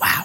Wow,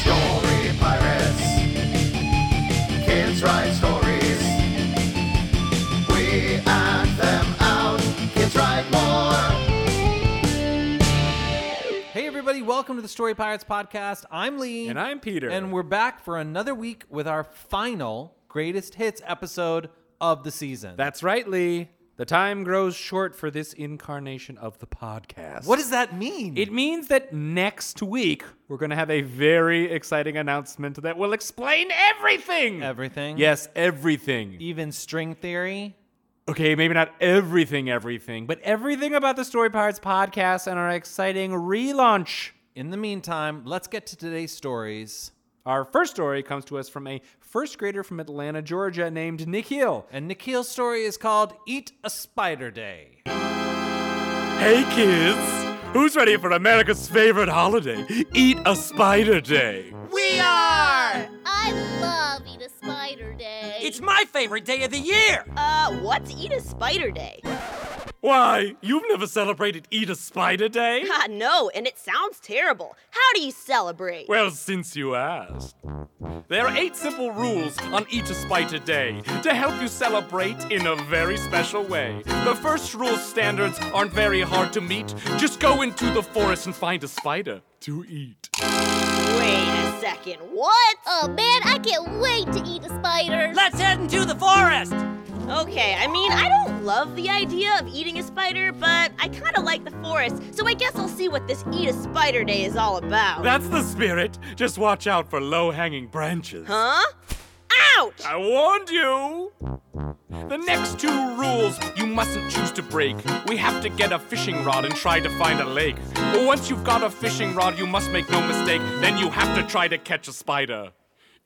Story Pirates. Kids write stories. We act them out. Kids write more. Hey, everybody, welcome to the Story Pirates Podcast. I'm Lee. And I'm Peter. And we're back for another week with our final greatest hits episode of the season. That's right, Lee. The time grows short for this incarnation of the podcast. what does that mean? it means that next week we're going to have a very exciting announcement that will explain everything. Everything? Yes, everything. Even string theory? Okay, maybe not everything, everything, but everything about the Story Pirates podcast and our exciting relaunch. In the meantime, let's get to today's stories. Our first story comes to us from a first grader from Atlanta, Georgia, named Nikhil. And Nikhil's story is called Eat a Spider Day. Hey kids, who's ready for America's favorite holiday? Eat a spider day. We are! I love Eat a Spider Day. It's my favorite day of the year! uh, what's Eat a Spider Day? Why, you've never celebrated Eat a Spider Day? God, no, and it sounds terrible. How do you celebrate? Well, since you asked. There are eight simple rules on Eat a Spider Day to help you celebrate in a very special way. The first rule standards aren't very hard to meet. Just go into the forest and find a spider to eat. Wait a second, what? Oh man, I can't wait to eat a spider. Let's head into the forest! Okay, I mean, I don't love the idea of eating a spider, but I kind of like the forest, so I guess I'll see what this Eat a Spider Day is all about. That's the spirit. Just watch out for low hanging branches. huh? Ouch! I warned you! The next two rules you mustn't choose to break. We have to get a fishing rod and try to find a lake. Once you've got a fishing rod, you must make no mistake. Then you have to try to catch a spider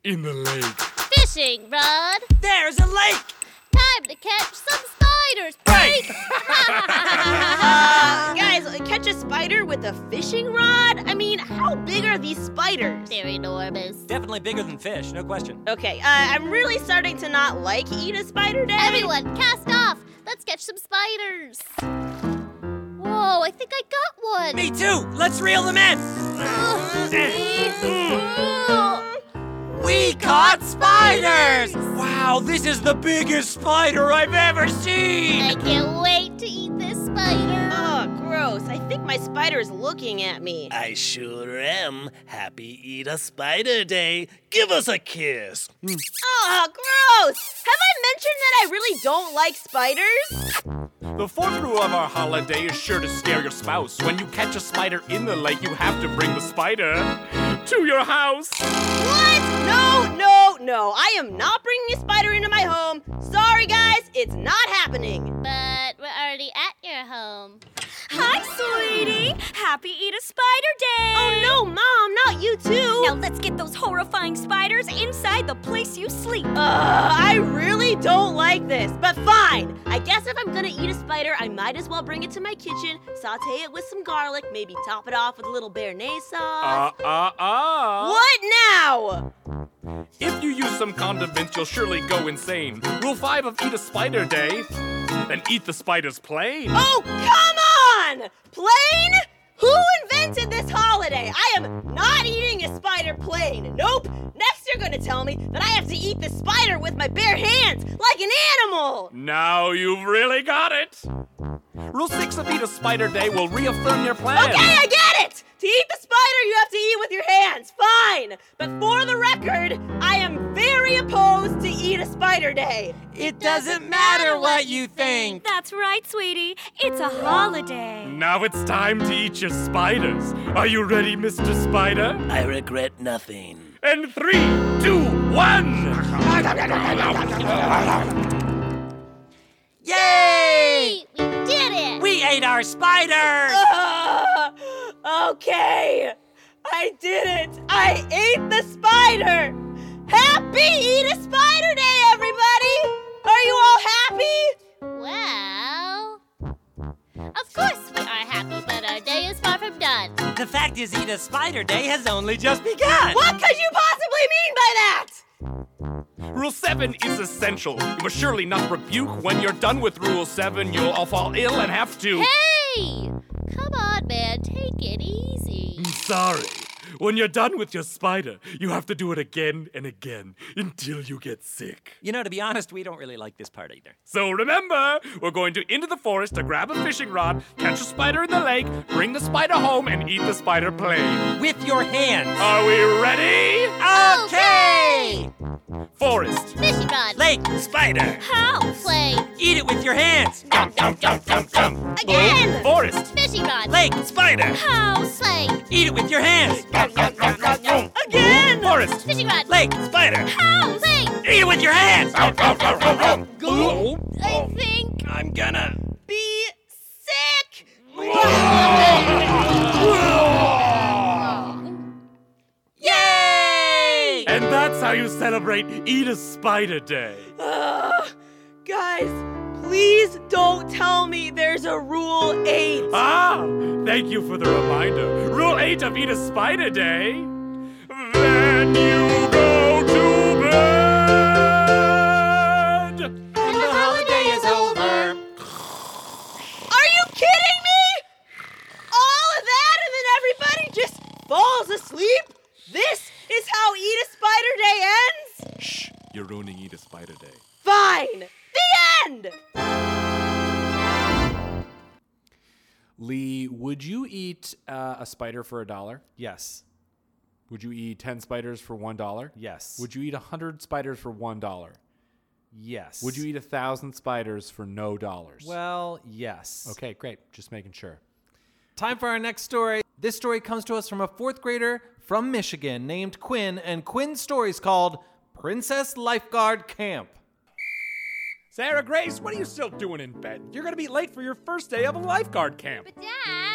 in the lake. Fishing rod. There's a lake! Time to catch some spiders. Break. Uh, guys, catch a spider with a fishing rod? I mean, how big are these spiders? They're enormous. Definitely bigger than fish, no question. Okay, uh, I'm really starting to not like Eat a Spider Day. Everyone, cast off. Let's catch some spiders. Whoa, I think I got one. Me too! Let's reel them in! Ugh, see? We caught spiders! Wow, this is the biggest spider I've ever I seen! can't wait to eat this spider. Ugh, Oh, gross. I think my spider is looking at me. I sure am. Happy Eat a Spider Day. Give us a kiss. Hmm. Oh, gross! Have I mentioned that I really don't like spiders? The fourth rule of our holiday is sure to scare your spouse. When you catch a spider in the lake, you have to bring the spider to your house. What? No, no, no. I am not bringing a spider into my home. Sorry, guys, it's not happening. But we're already at your home. Hi, sweetie. Happy Eat a Spider Day. Oh, no, Mom, not you too. Now let's get those horrifying spiders inside the place you sleep. Ugh, Uh, I really don't like this, but fine. I guess if I'm gonna eat a spider, I might as well bring it to my kitchen, saute it with some garlic, maybe top it off with a little béarnaise Uh, sauce. uh, uh. what now? If you use some condiments, you'll surely go insane. Rule five of eat a spider day, then eat the spider's plane. Oh, come on! Plane? Who invented this holiday? I am not eating a spider plane. Nope. Next, you're gonna tell me that I have to eat the spider with my bare hands, like an animal. Now you've really got it. Rule six of eat a spider day will reaffirm your plan. Okay, I get it! To eat the spider, you have to eat with your hands. Fine. But for the record, I am very opposed to eat a spider day. It doesn't matter what you think. That's right, sweetie. It's a holiday. Now it's time to eat your spiders. Are you ready, Mr. Spider? I regret nothing. And three, two, one. Yay! Hey, we did it. We ate our spider. Ugh. okay. I did it. I ate the spider. Happy Eat a Spider Day, everybody! Are you all happy? Well, of course we are happy, but our day is far from done. The fact is, Eat a Spider Day has only just begun. What could you possibly mean by that? Rule 7 is essential. You must surely not rebuke. When you're done with Rule 7, you'll all fall ill and have to. Hey, come on, man, take it easy. Sorry. When you're done with your spider, you have to do it again and again until you get sick. You know, to be honest, we don't really like this part either. So remember, we're going to into the forest to grab a fishing rod, catch a spider in the lake, bring the spider home, and eat the spider plane. With your hands. Are we ready? Okay. Forest. Fishing rod, Lake, Spider. house, play, eat it with your hands. again. Forest. Fishing rod, Lake, Spider. house, play, eat it with your hands. Again. Forest. fishing rod, Lake, Spider. house, play. eat it with your hands. I think I'm gonna. Be sick! Yay! And that's how you celebrate Eat a Spider Day. Ugh. Guys, please don't tell me there's a Rule 8. Ah, thank you for the reminder. Rule 8 of Eat a Spider Day. Then you go to bed. And the holiday is over. Are you kidding me? All of that and then everybody just falls asleep? This is how Eat a Spider Day ends? Shh, you're ruining Eat a Spider Day. Fine. The end! Lee, would you eat uh, a spider for a dollar? Yes. Would you eat 10 spiders for $1? Yes. Would you eat 100 spiders for $1? Yes. Would you eat a 1,000 spiders for no dollars? Well, yes. okay, great. Just making sure. Time for our next story. This story comes to us from a fourth grader from Michigan named Quinn, and Quinn's story is called Princess Lifeguard Camp. Sarah Grace, what are you still doing in bed? You're going to be late for your first day of a lifeguard camp. But Dad,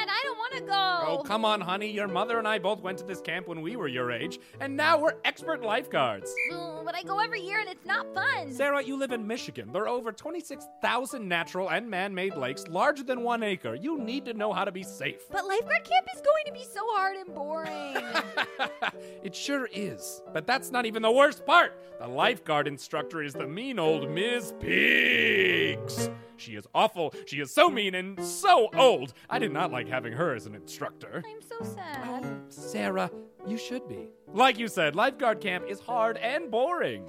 I don't want to go. Oh, come on, honey. Your mother and I both went to this camp when we were your age, and now we're expert lifeguards. Ooh, But I go every year and it's not fun. Sarah, you live in Michigan. There are over 26,000 natural and man made lakes larger than one acre. You need to know how to be safe. But lifeguard camp is going to be so hard and boring. it sure is. But that's not even the worst part. The lifeguard instructor is the mean old Ms. Pigs. She is awful. She is so mean and so old. I did not like having her as an instructor. I'm so sad. Sarah, you should be. Like you said, lifeguard camp is hard and boring.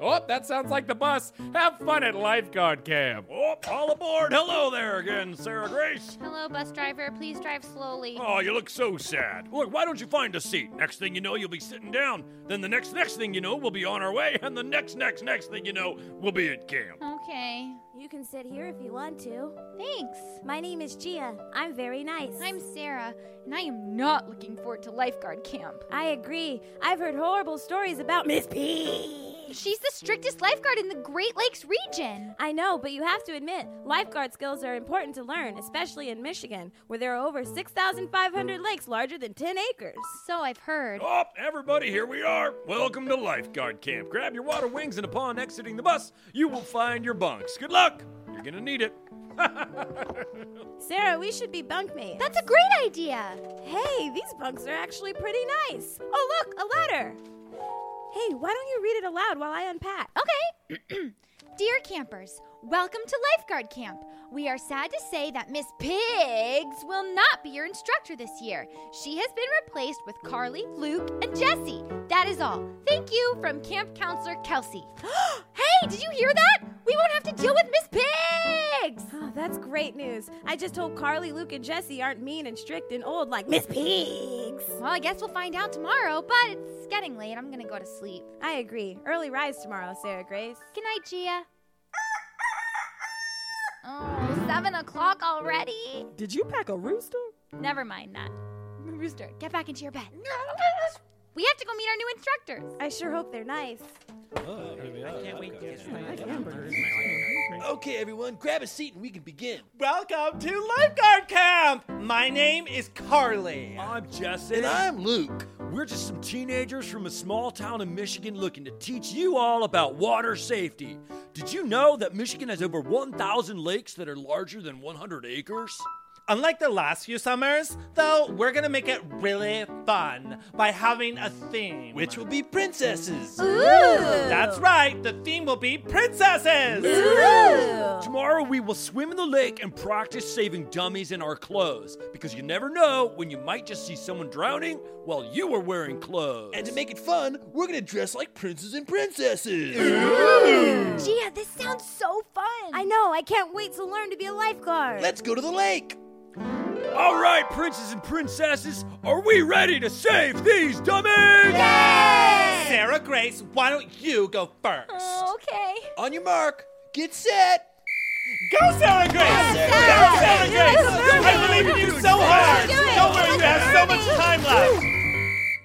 Oh, that sounds like the bus. Have fun at lifeguard camp. Oh, all aboard. Hello there again, Sarah Grace. Hello, bus driver. Please drive slowly. Oh, you look so sad. Look, why don't you find a seat? Next thing you know, you'll be sitting down. Then the next next thing you know, we'll be on our way, and the next next next thing you know, we'll be at camp. Okay. You can sit here if you want to. Thanks. My name is Gia. I'm very nice. I'm Sarah, and I am not looking forward to lifeguard camp. I agree. I've heard horrible stories about Miss P. She's the strictest lifeguard in the Great Lakes region. I know, but you have to admit, lifeguard skills are important to learn, especially in Michigan, where there are over 6,500 lakes larger than 10 acres. So I've heard. Oh, everybody, here we are. Welcome to lifeguard camp. Grab your water wings, and upon exiting the bus, you will find your bunks. Good luck. You're gonna need it. Sarah, we should be bunkmates. That's a great idea. Hey, these bunks are actually pretty nice. Oh, look, a letter. Hey, why don't you read it aloud while I unpack? Okay. Dear campers, welcome to lifeguard camp. We are sad to say that Miss Pigs will not be your instructor this year. She has been replaced with Carly, Luke, and Jesse. That is all. Thank you from camp counselor Kelsey. hey, did you hear that? We won't have to deal with Miss Pigs. Oh, that's great news. I just told Carly, Luke, and Jesse aren't mean and strict and old like Miss Pigs. Well, I guess we'll find out tomorrow, but it's getting late. I'm gonna go to sleep. I agree. Early rise tomorrow, Sarah Grace. Good night, Gia. Oh, seven o'clock already? Did you pack a rooster? Never mind that. Rooster, get back into your bed. We have to go meet our new instructors. I sure hope they're nice. Oh, here they are. I can't wait to get Okay, everyone, grab a seat and we can begin. Welcome to Lifeguard Camp! My name is Carly. I'm Jesse. And I'm Luke. We're just some teenagers from a small town in Michigan looking to teach you all about water safety. Did you know that Michigan has over 1,000 lakes that are larger than 100 acres? Unlike the last few summers, though, we're gonna make it really fun by having a theme. Which will be princesses. Ooh! That's right, the theme will be princesses! Ooh! Tomorrow we will swim in the lake and practice saving dummies in our clothes, because you never know when you might just see someone drowning while you are wearing clothes. And to make it fun, we're gonna dress like princes and princesses. Ooh! Gia, this sounds so fun! I know, I can't wait to learn to be a lifeguard. Let's go to the lake! All right, princes and princesses, are we ready to save these dummies? Yay! Sarah Grace, why don't you go first? Oh, okay. On your mark, get set. Go, Sarah Grace! Go, Sarah Grace! I believe in you so hard. Don't worry, you have so much time left.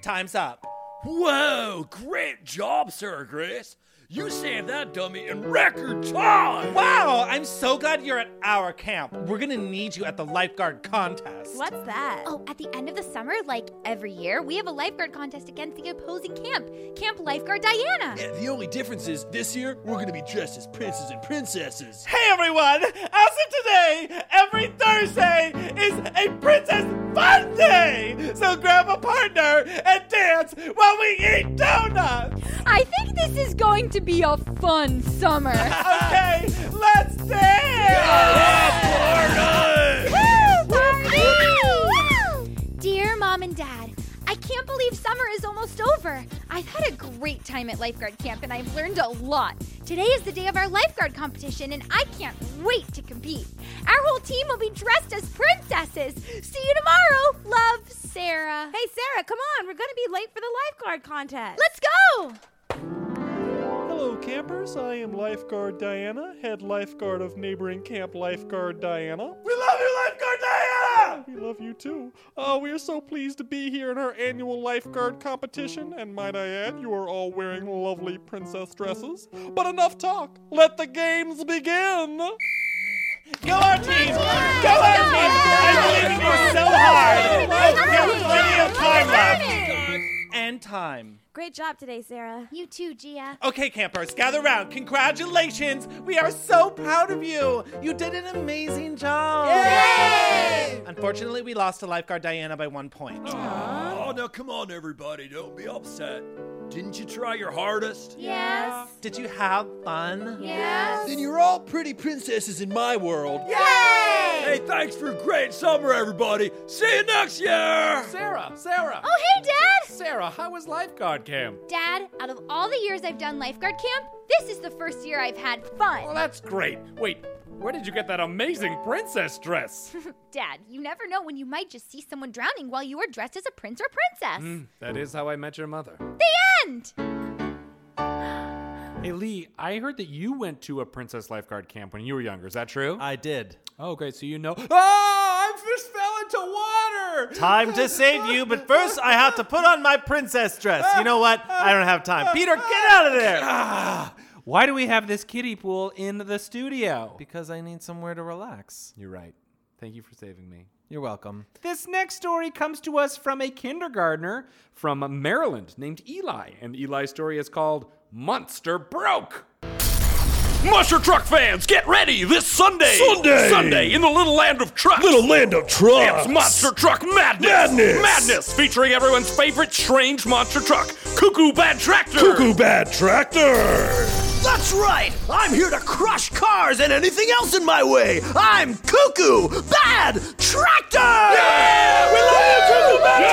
Time's up. Whoa! Great job, Sarah Grace. You saved that dummy in record time! Wow, I'm so glad you're at our camp. We're gonna need you at the lifeguard contest. What's that? Oh, at the end of the summer, like every year, we have a lifeguard contest against the opposing camp, Camp Lifeguard Diana. Yeah, the only difference is this year, we're gonna be dressed as princes and princesses. Hey everyone! As of today, every Thursday is a princess fun day! So grab a partner and dance while we eat donuts! I think this is going to be a fun summer. okay, let's dance! Yeah, yeah, Woo, party! Woo! Dear mom and dad, I can't believe summer is almost over. I've had a great time at lifeguard camp and I've learned a lot. Today is the day of our lifeguard competition and I can't wait to compete. Our whole team will be dressed as princesses. See you tomorrow. Love, Sarah. Hey, Sarah, come on. We're going to be late for the lifeguard contest. Let's go. Hello, campers. I am Lifeguard Diana, head lifeguard of neighboring Camp Lifeguard Diana. We love you, Lifeguard Diana! We love you too. Uh, we are so pleased to be here in our annual lifeguard competition, and might I add, you are all wearing lovely princess dresses. But enough talk. Let the games begin! Go our team! Go our team! I believe in you so hard! We have plenty of time left! And time. Great job today, Sarah. You too, Gia. Okay, campers, gather round. Congratulations! We are so proud of you. You did an amazing job. Yay! Unfortunately, we lost to lifeguard Diana by one point. Aww. Oh, now come on, everybody. Don't be upset. Didn't you try your hardest? Yes. Did you have fun? Yes. Then you're all pretty princesses in my world. Yay! Hey, thanks for a great summer, everybody. See you next year. Sarah, Sarah. Oh, hey, Dad. Sarah, how was lifeguard camp? Dad, out of all the years I've done lifeguard camp, this is the first year I've had fun. Well, that's great. Wait, where did you get that amazing princess dress? Dad, you never know when you might just see someone drowning while you are dressed as a prince or princess. Mm, that is how I met your mother. The end! Hey, Lee, I heard that you went to a princess lifeguard camp when you were younger. Is that true? I did. Oh, great. So you know. Ah, Oh, I just fell into water. Time to save you, but first I have to put on my princess dress. You know what? I don't have time. Peter, get out of there! Ah, why do we have this kiddie pool in the studio? Because I need somewhere to relax. You're right. Thank you for saving me. You're welcome. This next story comes to us from a kindergartner from Maryland named Eli, and Eli's story is called Monster Broke. Monster truck fans, get ready this Sunday. Sunday. Sunday in the little land of trucks. Little land of trucks. It's Monster Truck Madness. Madness. Madness, featuring everyone's favorite strange monster truck, Cuckoo Bad Tractor. Cuckoo Bad Tractor. That's right! I'm here to crush cars and anything else in my way! I'm Cuckoo Bad Tractor! Yeah! We love you, Cuckoo Bad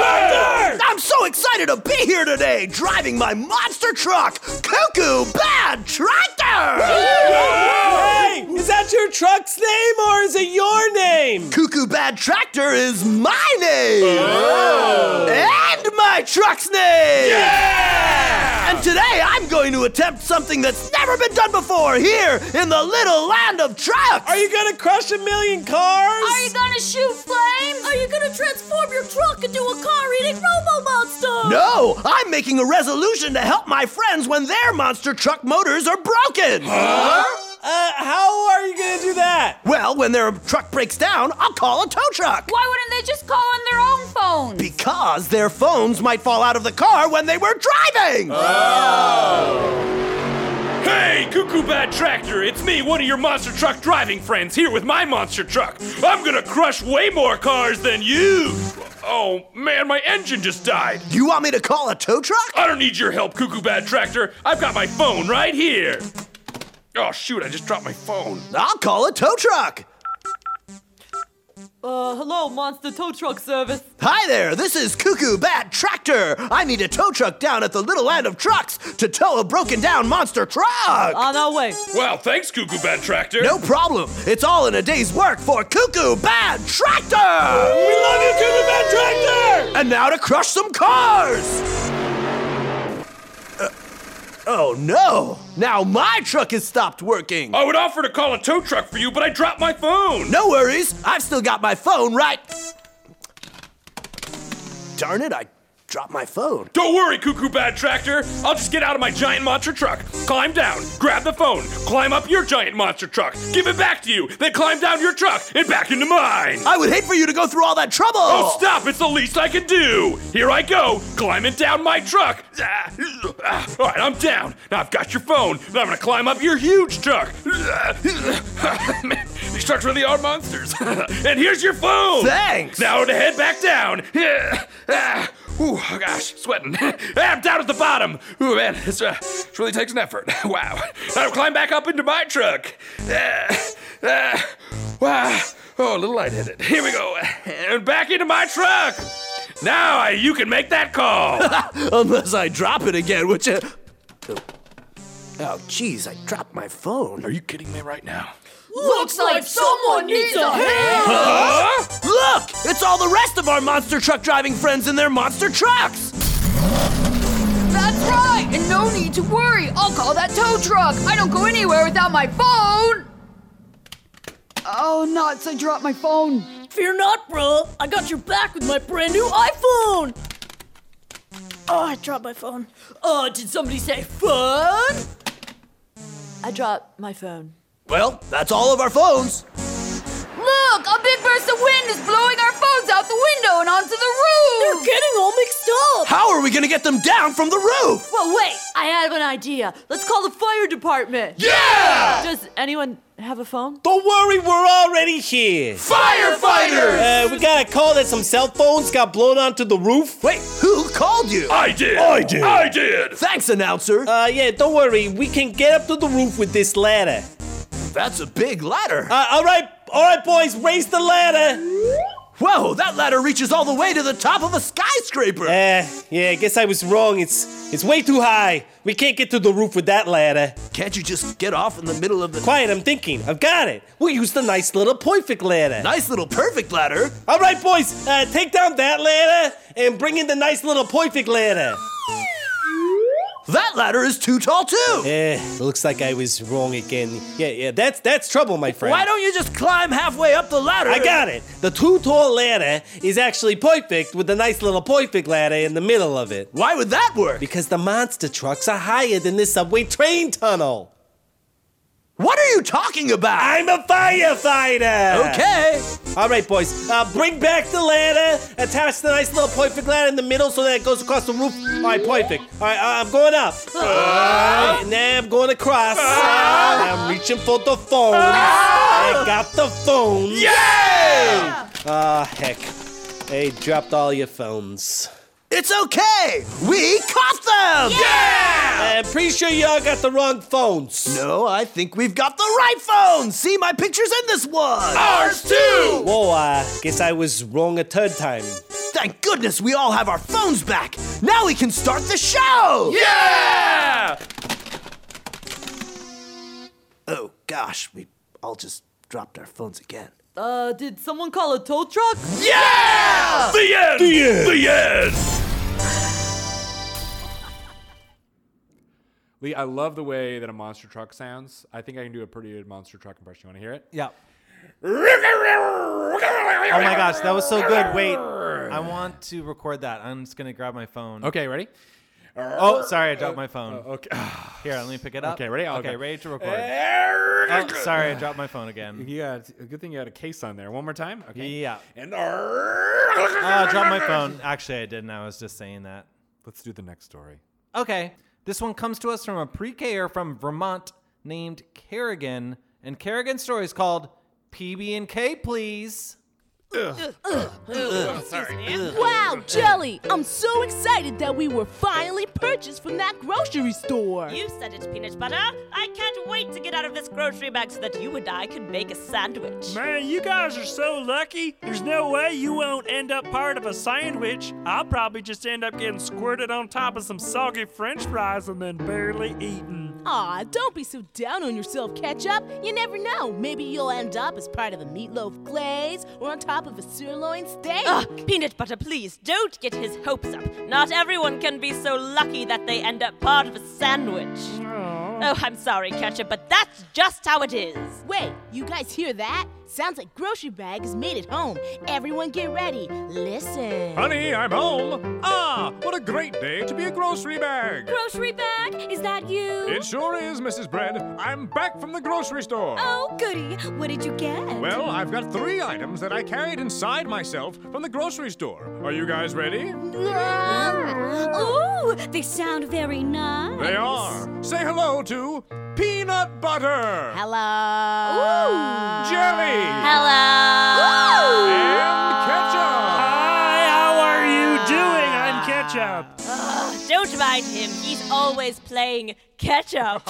Tractor! I'm so excited to be here today driving my monster truck, Cuckoo Bad Tractor! Hey! Is that your truck's name or is it your name? Cuckoo Bad Tractor is my name! Oh. And my truck's name! Yeah! And today I'm going to attempt something that's never been done before here in the little land of trucks! Are you gonna crush a million cars? Are you gonna shoot flames? Are you gonna transform your truck into a car-eating robo monster? No! I'm making a resolution to help my friends when their monster truck motors are broken! Uh, how are you gonna do that? Well, when their truck breaks down, I'll call a tow truck. Why wouldn't they just call on their own phone? Because their phones might fall out of the car when they were driving. Uh, Hey, Cuckoo Bad Tractor, it's me, one of your monster truck driving friends, here with my monster truck. I'm gonna crush way more cars than you. Oh man, my engine just died. You want me to call a tow truck? I don't need your help, Cuckoo Bad Tractor. I've got my phone right here. Oh shoot, I just dropped my phone. I'll call a tow truck. Uh, hello, Monster Tow Truck Service. Hi there, this is Cuckoo Bat Tractor. I need a tow truck down at the little land of trucks to tow a broken down monster truck. On our way. Wow, thanks, Cuckoo Bad Tractor. No problem. It's all in a day's work for Cuckoo Bat Tractor. We love you, Cuckoo Bad Tractor! And now to crush some cars! Uh, oh no! Now my truck has stopped working! I would offer to call a tow truck for you, but I dropped my phone. No worries! I've still got my phone right. Darn it, I dropped my phone. Don't worry, Cuckoo Bad Tractor. I'll just get out of my giant monster truck, climb down, grab the phone, climb up your giant monster truck, give it back to you, then climb down your truck and back into mine. I would hate for you to go through all that trouble! Oh, stop! It's the least I can do! Here I go, climbing down my truck! Ah, ah, All right, I'm down. Now I've got your phone. Now I'm gonna climb up your huge truck! Ah, Man, these trucks really are monsters. and here's your phone! Thanks! Now to head back down! Ah, Ooh, oh gosh, sweating. Ah, I'm down at the bottom! Ooh, man, this, uh, this really takes an effort. Wow. Now to climb back up into my truck! Ah, ah, wow. Oh, a little lightheaded. Here we go. And back into my truck! Now I, you can make that call! Unless I drop it again, which. Uh... Oh, jeez, I dropped my phone. Are you kidding me right now? Looks like someone needs a hand! Huh? Look! It's all the rest of our monster truck driving friends in their monster trucks! That's right! And no need to worry! I'll call that tow truck! I don't go anywhere without my phone! Oh, nuts, I dropped my phone. Fear not, bro. I got your back with my brand new iPhone. Oh, I dropped my phone. Uh, did somebody say fun? I dropped my phone. Well, that's all of our phones. Look, a big burst of wind is blowing our phones out the window and onto the They're roof! getting all mixed up. How are we gonna get them down from the roof? Well, wait. I have an idea. Let's call the fire department. Yeah! Does anyone have a phone? Don't worry, we're already here. Firefighters! Uh, we got a call that some cell phones got blown onto the roof. Wait, who called you? I did! I did. I did! Thanks, announcer. Uh, yeah, don't worry. We can get up to the roof with this ladder. That's a big ladder. Uh, all right, All right, boys, raise the ladder. Whoa, that ladder reaches all the way to the top of a skyscraper. Eh, yeah, I guess I was wrong. It's it's way too high. We can't get to the roof with that ladder. Can't you just get off in the middle of the Quiet, I'm thinking. I've got it. We'll use the nice little perfect ladder. Nice little perfect ladder? All right, boys, uh, take down that ladder and bring in the nice little perfect ladder. That ladder is too tall too. Eh, looks like I was wrong again. Yeah, yeah, that's that's trouble, my friend. Why don't you just climb halfway up the ladder? I got it. The too tall ladder is actually perfect with a nice little perfect ladder in the middle of it. Why would that work? Because the monster trucks are higher than this subway train tunnel. What are you talking about? I'm a firefighter! Okay. All right, boys. Uh, bring back the ladder. Attach the nice little perfect ladder in the middle so that it goes across the roof. All right, perfect. All right, uh, I'm going up. All Uh-huh. right, now I'm going across. I'm reaching for the phone. I got the phone. Uh-huh. Yeah! Ah, heck. They dropped all your phones. It's okay! We caught them! Yeah! I'm pretty sure y'all got the wrong phones. No, I think we've got the right phones! See, my picture's in this one! Ours too! Whoa, I uh, guess I was wrong a third time. Thank goodness we all have our phones back! Now we can start the show! Yeah! Oh gosh, we all just dropped our phones again. Uh, did someone call a tow truck? Yeah! The end! The end! The end! Lee, I love the way that a monster truck sounds. I think I can do a pretty good monster truck impression. You want to hear it? Yeah. Oh my gosh, that was so good. Wait, I want to record that. I'm just going to grab my phone. Okay, ready? Oh, sorry, I dropped my phone. Oh, okay. Here, let me pick it up. Okay, ready? Okay, Okay. ready to record. Oh, sorry, I dropped my phone again. Yeah, it's a good thing you had a case on there. One more time? Okay. Yeah. And Oh, I dropped my phone. Actually, I didn't. I was just saying that. Let's do the next story. Okay. This one comes to us from a pre-Ker from Vermont named Kerrigan, and Kerrigan's story is called PB and K, please. Wow, Jelly! I'm so excited that we were finally purchased from that grocery store. You said it, peanut butter. I can't wait to get out of this grocery bag so that you and I can make a sandwich. Man, you guys are so lucky. There's no way you won't end up part of a sandwich. I'll probably just end up getting squirted on top of some soggy french fries and then barely eaten. Aw, don't be so down on yourself, Ketchup. You never know. Maybe you'll end up as part of a meatloaf glaze or on top of a sirloin steak. Ugh, peanut butter, please don't get his hopes up. Not everyone can be so lucky that they end up part of a sandwich. Oh, I'm sorry, Ketchup, but that's just how it is. Wait, you guys hear that? Sounds like grocery bag is made at home. Everyone get ready. Listen. Honey, I'm home. Ah, what a great day to be a grocery bag. Grocery bag? Is that you? It sure is, Mrs. Bread. I'm back from the grocery store. Oh, goody. What did you get? Well, I've got three items that I carried inside myself from the grocery store. Are you guys ready? Oh, they sound very nice. They are. Say hello to peanut butter. Hello. Jelly. Hello. And ketchup. Hi, how are you doing? I'm Ketchup. Ugh, don't mind him. He's always playing ketchup.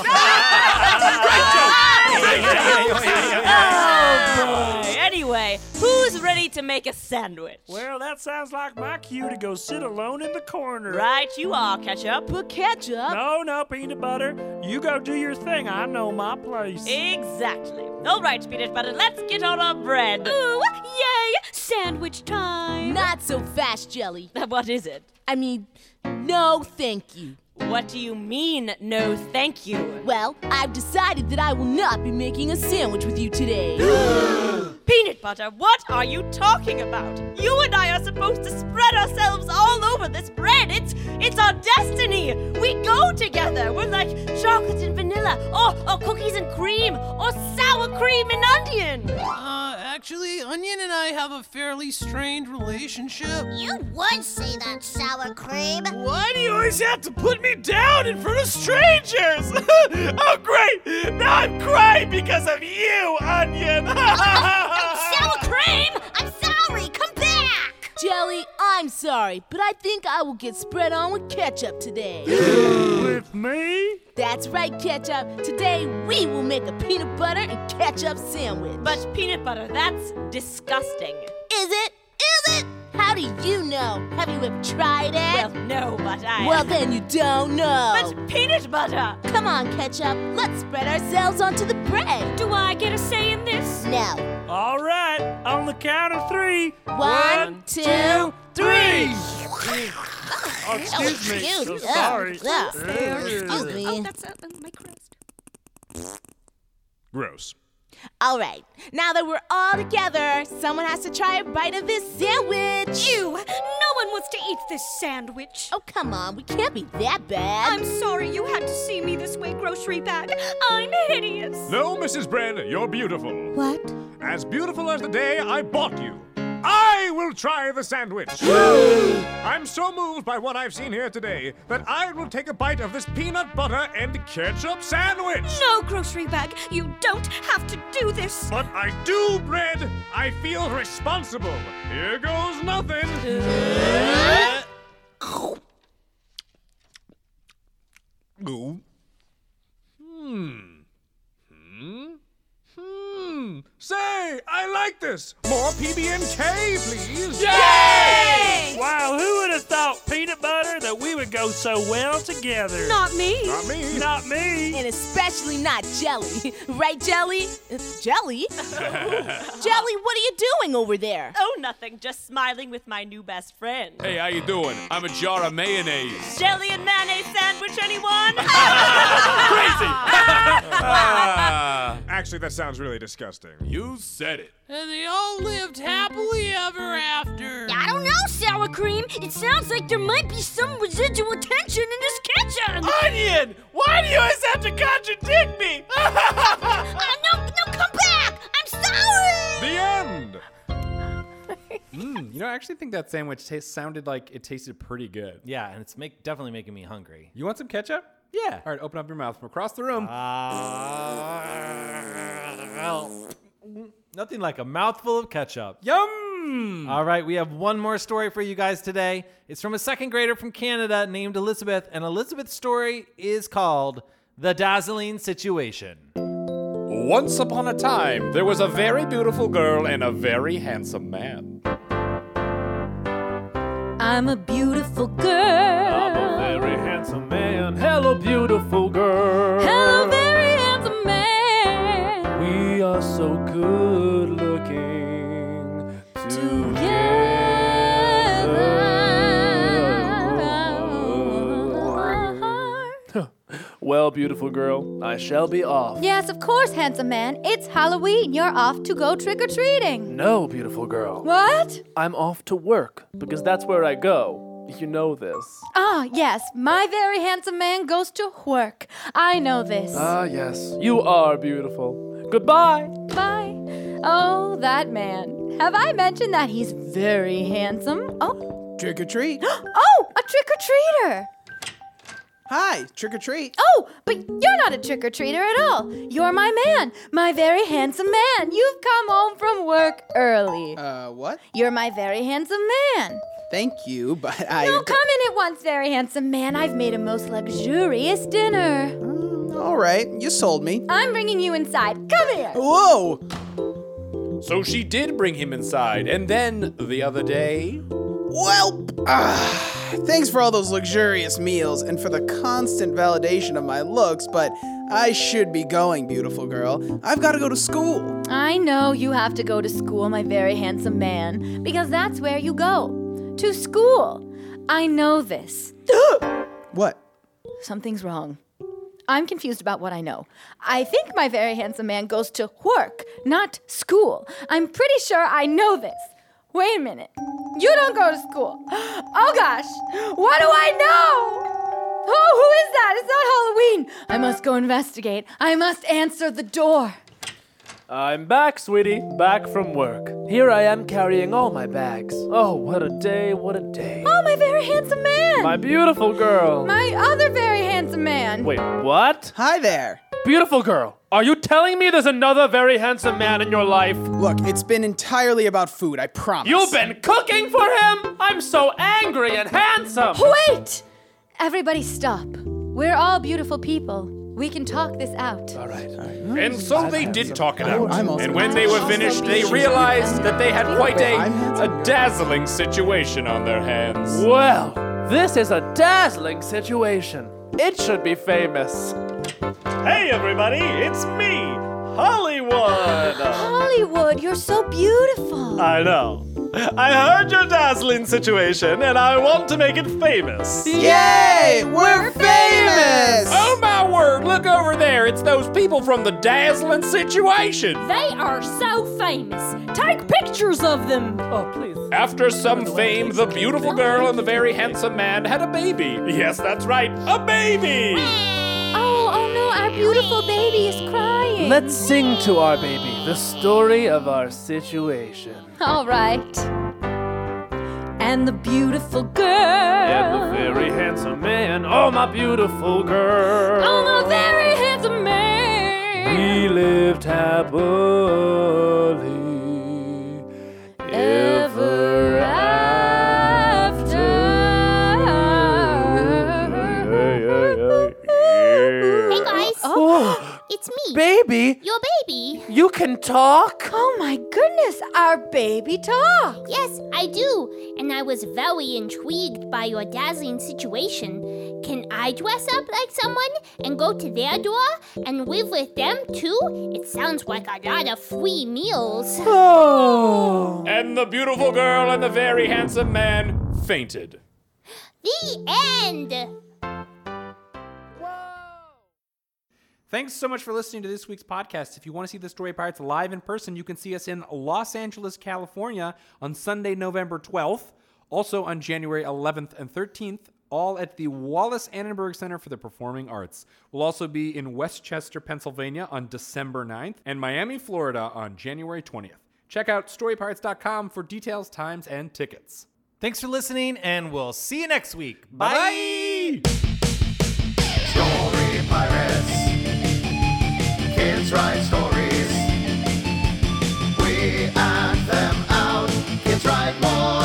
oh boy. Anyway, who's ready to make a sandwich? Well, that sounds like my cue to go sit alone in the corner. Right, you are ketchup. But Ketchup. No, no, peanut butter. You go do your thing. I know my place. Exactly. All right, peanut butter. Let's get on our bread. Ooh, yay! Sandwich time. Not so fast, Jelly. What is it? I mean, no thank you. What do you mean, no thank you? Well, I've decided that I will not be making a sandwich with you today. Peanut butter, what are you talking about? You and I are supposed to spread ourselves all over this bread. It's it's our destiny. We go together. We're like chocolate and vanilla, or, or cookies and cream, or sour cream and onion. Uh, actually, Onion and I have a fairly strained relationship. You would say that, sour cream. Why do you always have to put me down in front of strangers? oh, great! Now I'm crying because of you, Onion! Sour cream? I'm sorry, come back! Jelly, I'm sorry, but I think I will get spread on with ketchup today. With me? That's right, ketchup. Today we will make a peanut butter and ketchup sandwich. But peanut butter, that's disgusting. Is it? Is it? How do you know? Have you ever tried it? Well, no, but I. Well, then you don't know. But peanut butter! Come on, ketchup. Let's spread ourselves onto the bread. Do I get a say in this? No. All right, on the count of three. One, two, three. Oh, excuse me. Excuse So me. sorry. Oh, Yeah. Yeah. Excuse me. Oh, that's, uh, that's my crust. Gross. All right, now that we're all together, someone has to try a bite of this sandwich. Ew, no one wants to eat this sandwich. Oh, come on, we can't be that bad. I'm sorry you had to see me this way, grocery bag. I'm hideous. No, Mrs. Bread, you're beautiful. What? As beautiful as the day I bought you. I will try the sandwich. I'm so moved by what I've seen here today that I will take a bite of this peanut butter and ketchup sandwich. No, grocery bag, you don't have to do this. But I do, Bread. I feel responsible. Here goes nothing. Ooh. Hmm. Hmm. Hmm. Say, I like this. More PB&K, please. Wow, who would have thought peanut butter that we would go so well together? Not me. Not me. Not me. And especially not jelly. Right, jelly? Uh, Jelly? jelly, what are you doing over there? Oh, nothing. Just smiling with my new best friend. Hey, how you doing? I'm a jar of mayonnaise. Jelly and mayonnaise sandwich, anyone? Ah. Actually, that sounds really disgusting. You said it. And they all lived happily ever after. I don't know, sour cream. It sounds like there might be some residual tension in this kitchen. Onion, why do you always have to contradict me? Ah, no, no, come back! I'm sorry! The end. Mm, you know, I actually think that sandwich tastes sounded like it tasted pretty good. Yeah, and it's make, definitely making me hungry. You want some ketchup? Yeah. All right, open up your mouth from across the room. Ah. Nothing like a mouthful of ketchup. Yum! All right, we have one more story for you guys today. It's from a second grader from Canada named Elizabeth, and Elizabeth's story is called The Dazzling Situation. Once upon a time, there was a very beautiful girl and a very handsome man. I'm a beautiful girl. Very handsome man. Hello, beautiful girl. Hello, very handsome man. We are so good looking together. well, beautiful girl, I shall be off. Yes, of course, handsome man. It's Halloween. You're off to go trick or treating. No, beautiful girl. What? I'm off to work because that's where I go. You know this. Ah, yes, my very handsome man goes to work. I know this. Ah, yes, you are beautiful. Goodbye. Bye. Oh, that man. Have I mentioned that he's very handsome? Oh, Trick or treat. oh, a trick or treater. Hi, trick or treat. Oh, but you're not a trick or treater at all. You're my man, my very handsome man. You've come home from work early. Uh, what? You're my very handsome man. Thank you, but I. No, come in at once, very handsome man. I've made a most luxurious dinner. Mm, All right, you sold me. I'm bringing you inside. Come here. Whoa! So she did bring him inside, and then the other day. Well, thanks for all those luxurious meals and for the constant validation of my looks, but I should be going, beautiful girl. I've got to go to school. I know you have to go to school, my very handsome man, because that's where you go. To school. I know this. what? Something's wrong. I'm confused about what I know. I think my very handsome man goes to work, not school. I'm pretty sure I know this. Wait a minute. You don't go to school. Oh gosh, what do I know? Oh, who is that? It's not Halloween. I must go investigate. I must answer the door. I'm back, sweetie, back from work. Here I am carrying all my bags. Oh, what a day, what a day. Oh, my very handsome man. My beautiful girl. My other very handsome man. Oh. Wait, what? Hi there. Beautiful girl, are you telling me there's another very handsome man in your life? Look, it's been entirely about food, I promise. You've been cooking for him? I'm so angry and handsome. Wait! Everybody stop. We're all beautiful people. We can talk this out. All right. And so they did talk it out. And when they were finished, they realized that they had quite a, a dazzling situation on their hands. Well, this is a dazzling situation. It should be famous. Hey, everybody, it's me, Hollywood. Hollywood, you're so beautiful. I know. I heard your dazzling situation, and I want to make it famous. Yay! We're famous! Oh my word, look over there. It's those people from the dazzling situation. They are so famous. Take pictures of them. Oh, please. After some fame, the beautiful girl and the very handsome man had a baby. Yes, that's right, a baby! Oh, oh no, our beautiful baby is crying. Let's sing to our baby the story of our situation. All right. And the beautiful girl. And the very handsome man, oh my beautiful girl. Oh, the very handsome man. We lived happily ever after. Hey guys, Oh, it's me. baby, Your baby. you can talk. Oh my goodness, our baby talk. Yes, I do. And I was very intrigued by your dazzling situation. Can I dress up like someone and go to their door and live with them too? It sounds like a lot of free meals. Uh. Oh. And the beautiful girl and the very handsome man fainted. The end. Thanks so much for listening to this week's podcast. If you want to see the Story Pirates live in person, you can see us in Los Angeles, California on Sunday, November 12th, also on January 11th and 13th, all at the Wallace Annenberg Center for the Performing Arts. We'll also be in Westchester, Pennsylvania on December 9th and Miami, Florida on January 20th. Check out storypirates.com for details, times, and tickets. Thanks for listening, and we'll see you next week. Bye. Story Pirates. Kids write stories. We act them out. Kids write more.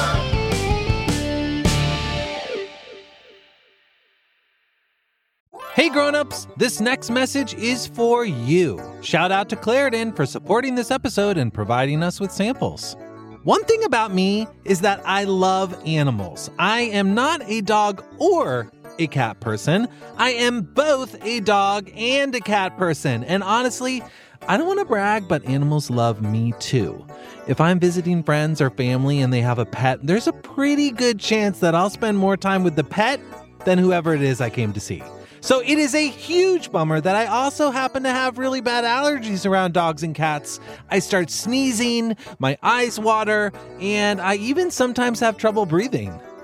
Hey grown-ups, this next message is for you. Shout out to Claritin for supporting this episode and providing us with samples. One thing about me is that I love animals. I am not a dog or a cat person. I am both a dog and a cat person. And honestly, I don't want to brag, but animals love me too. If I'm visiting friends or family and they have a pet, there's a pretty good chance that I'll spend more time with the pet than whoever it is I came to see. So it is a huge bummer that I also happen to have really bad allergies around dogs and cats. I start sneezing, my eyes water, and I even sometimes have trouble breathing.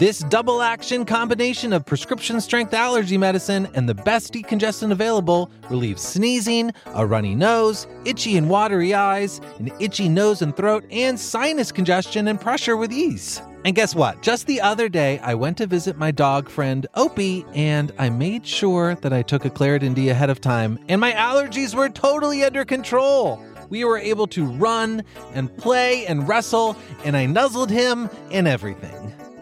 This double action combination of prescription strength allergy medicine and the best decongestant available relieves sneezing, a runny nose, itchy and watery eyes, an itchy nose and throat, and sinus congestion and pressure with ease. And guess what? Just the other day, I went to visit my dog friend Opie, and I made sure that I took a Claritin D ahead of time, and my allergies were totally under control we were able to run and play and wrestle, and I nuzzled him and everything.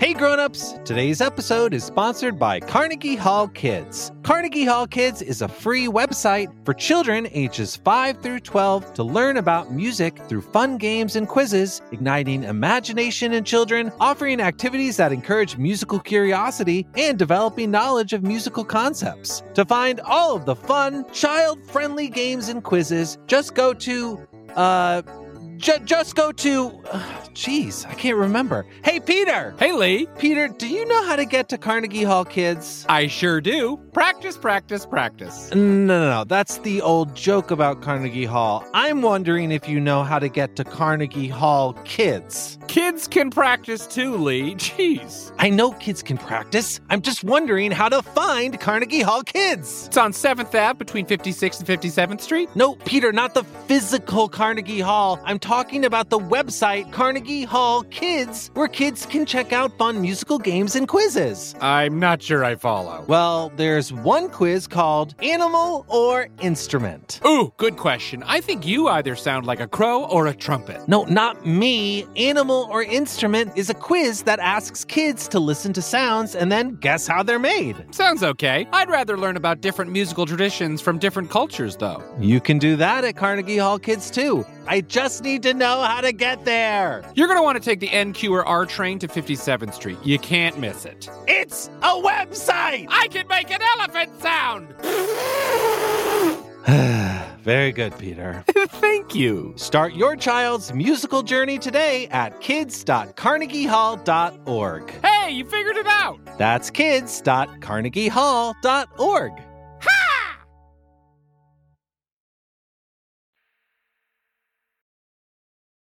Hey grown-ups, today's episode is sponsored by Carnegie Hall Kids. Carnegie Hall Kids is a free website for children ages 5 through 12 to learn about music through fun games and quizzes, igniting imagination in children, offering activities that encourage musical curiosity, and developing knowledge of musical concepts. To find all of the fun, child-friendly games and quizzes, just go to uh ju- just go to Jeez, I can't remember. Hey, Peter! Hey, Lee! Peter, do you know how to get to Carnegie Hall, kids? I sure do. Practice, practice, practice. No, no, no. That's the old joke about Carnegie Hall. I'm wondering if you know how to get to Carnegie Hall, kids. Kids can practice too, Lee. Jeez. I know kids can practice. I'm just wondering how to find Carnegie Hall, kids. It's on 7th Ave between 56th and 57th Street. No, Peter, not the physical Carnegie Hall. I'm talking about the website Carnegie Hall Kids, where kids can check out fun musical games and Oh, quizzes. I'm not sure I follow. Well, there's one quiz called Animal or Instrument. Ooh, good question. I think you either sound like a crow or a trumpet. No, not me. Animal or Instrument is a quiz that asks kids to listen to sounds and then guess how they're made. Sounds okay. I'd rather learn about different musical traditions from different cultures, though. You can do that at Carnegie Hall Kids, too. I just need to know how to get there. You're going to want to take the NQ or R train to 57th Street. You can't miss it. It's a website! I can make an elephant sound! Very good, Peter. Thank you. Start your child's musical journey today at kids.carnegiehall.org. Hey, you figured it out! That's kids.carnegiehall.org.